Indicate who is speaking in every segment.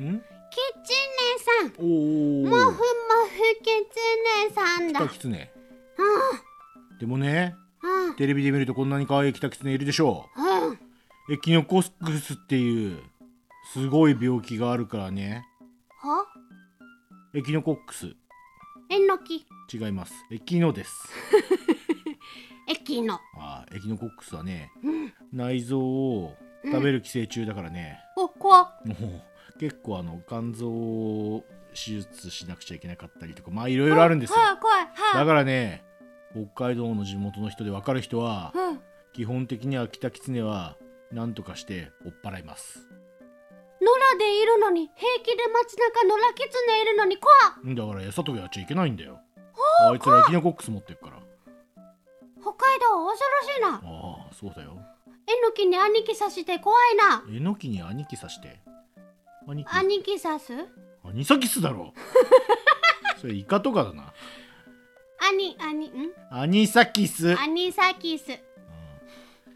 Speaker 1: ん
Speaker 2: きつねさん
Speaker 1: おー
Speaker 2: もふもふきつねさんだ
Speaker 1: 北キツネでもねテレビで見るとこんなに可愛い北キツネいるでしょ
Speaker 2: うんうん
Speaker 1: うエキノコックスっていうすごい病気があるからね
Speaker 2: は
Speaker 1: エキノコックス
Speaker 2: えのき
Speaker 1: 違いますエキノです
Speaker 2: えきの
Speaker 1: あーエキノコックスはね
Speaker 2: うん
Speaker 1: 内臓を食べる寄生虫だからね、
Speaker 2: おこ
Speaker 1: もう結構あの肝臓を手術しなくちゃいけなかったりとかまあいろいろあるんですよ
Speaker 2: はい怖いは
Speaker 1: だ
Speaker 2: い
Speaker 1: からね北海道の地元の人で分かる人は
Speaker 2: うん
Speaker 1: 基本的にはキタキツネは何とかして追っ払います
Speaker 2: 野良でいるのに平気で街中野良キツネいるのに怖っ
Speaker 1: だから餌とかやっちゃいけないんだよあいつらエキノコックス持ってるから
Speaker 2: 北海道恐ろしいな
Speaker 1: ああそうだよ
Speaker 2: えのきに兄貴さして怖いな
Speaker 1: えのきに兄貴さして兄貴
Speaker 2: 兄貴さす
Speaker 1: アニサキスだろそれイカとかだな
Speaker 2: 兄兄ん
Speaker 1: アニサキス、うん
Speaker 2: 兄サキス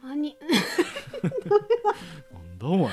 Speaker 2: 兄
Speaker 1: なんだお前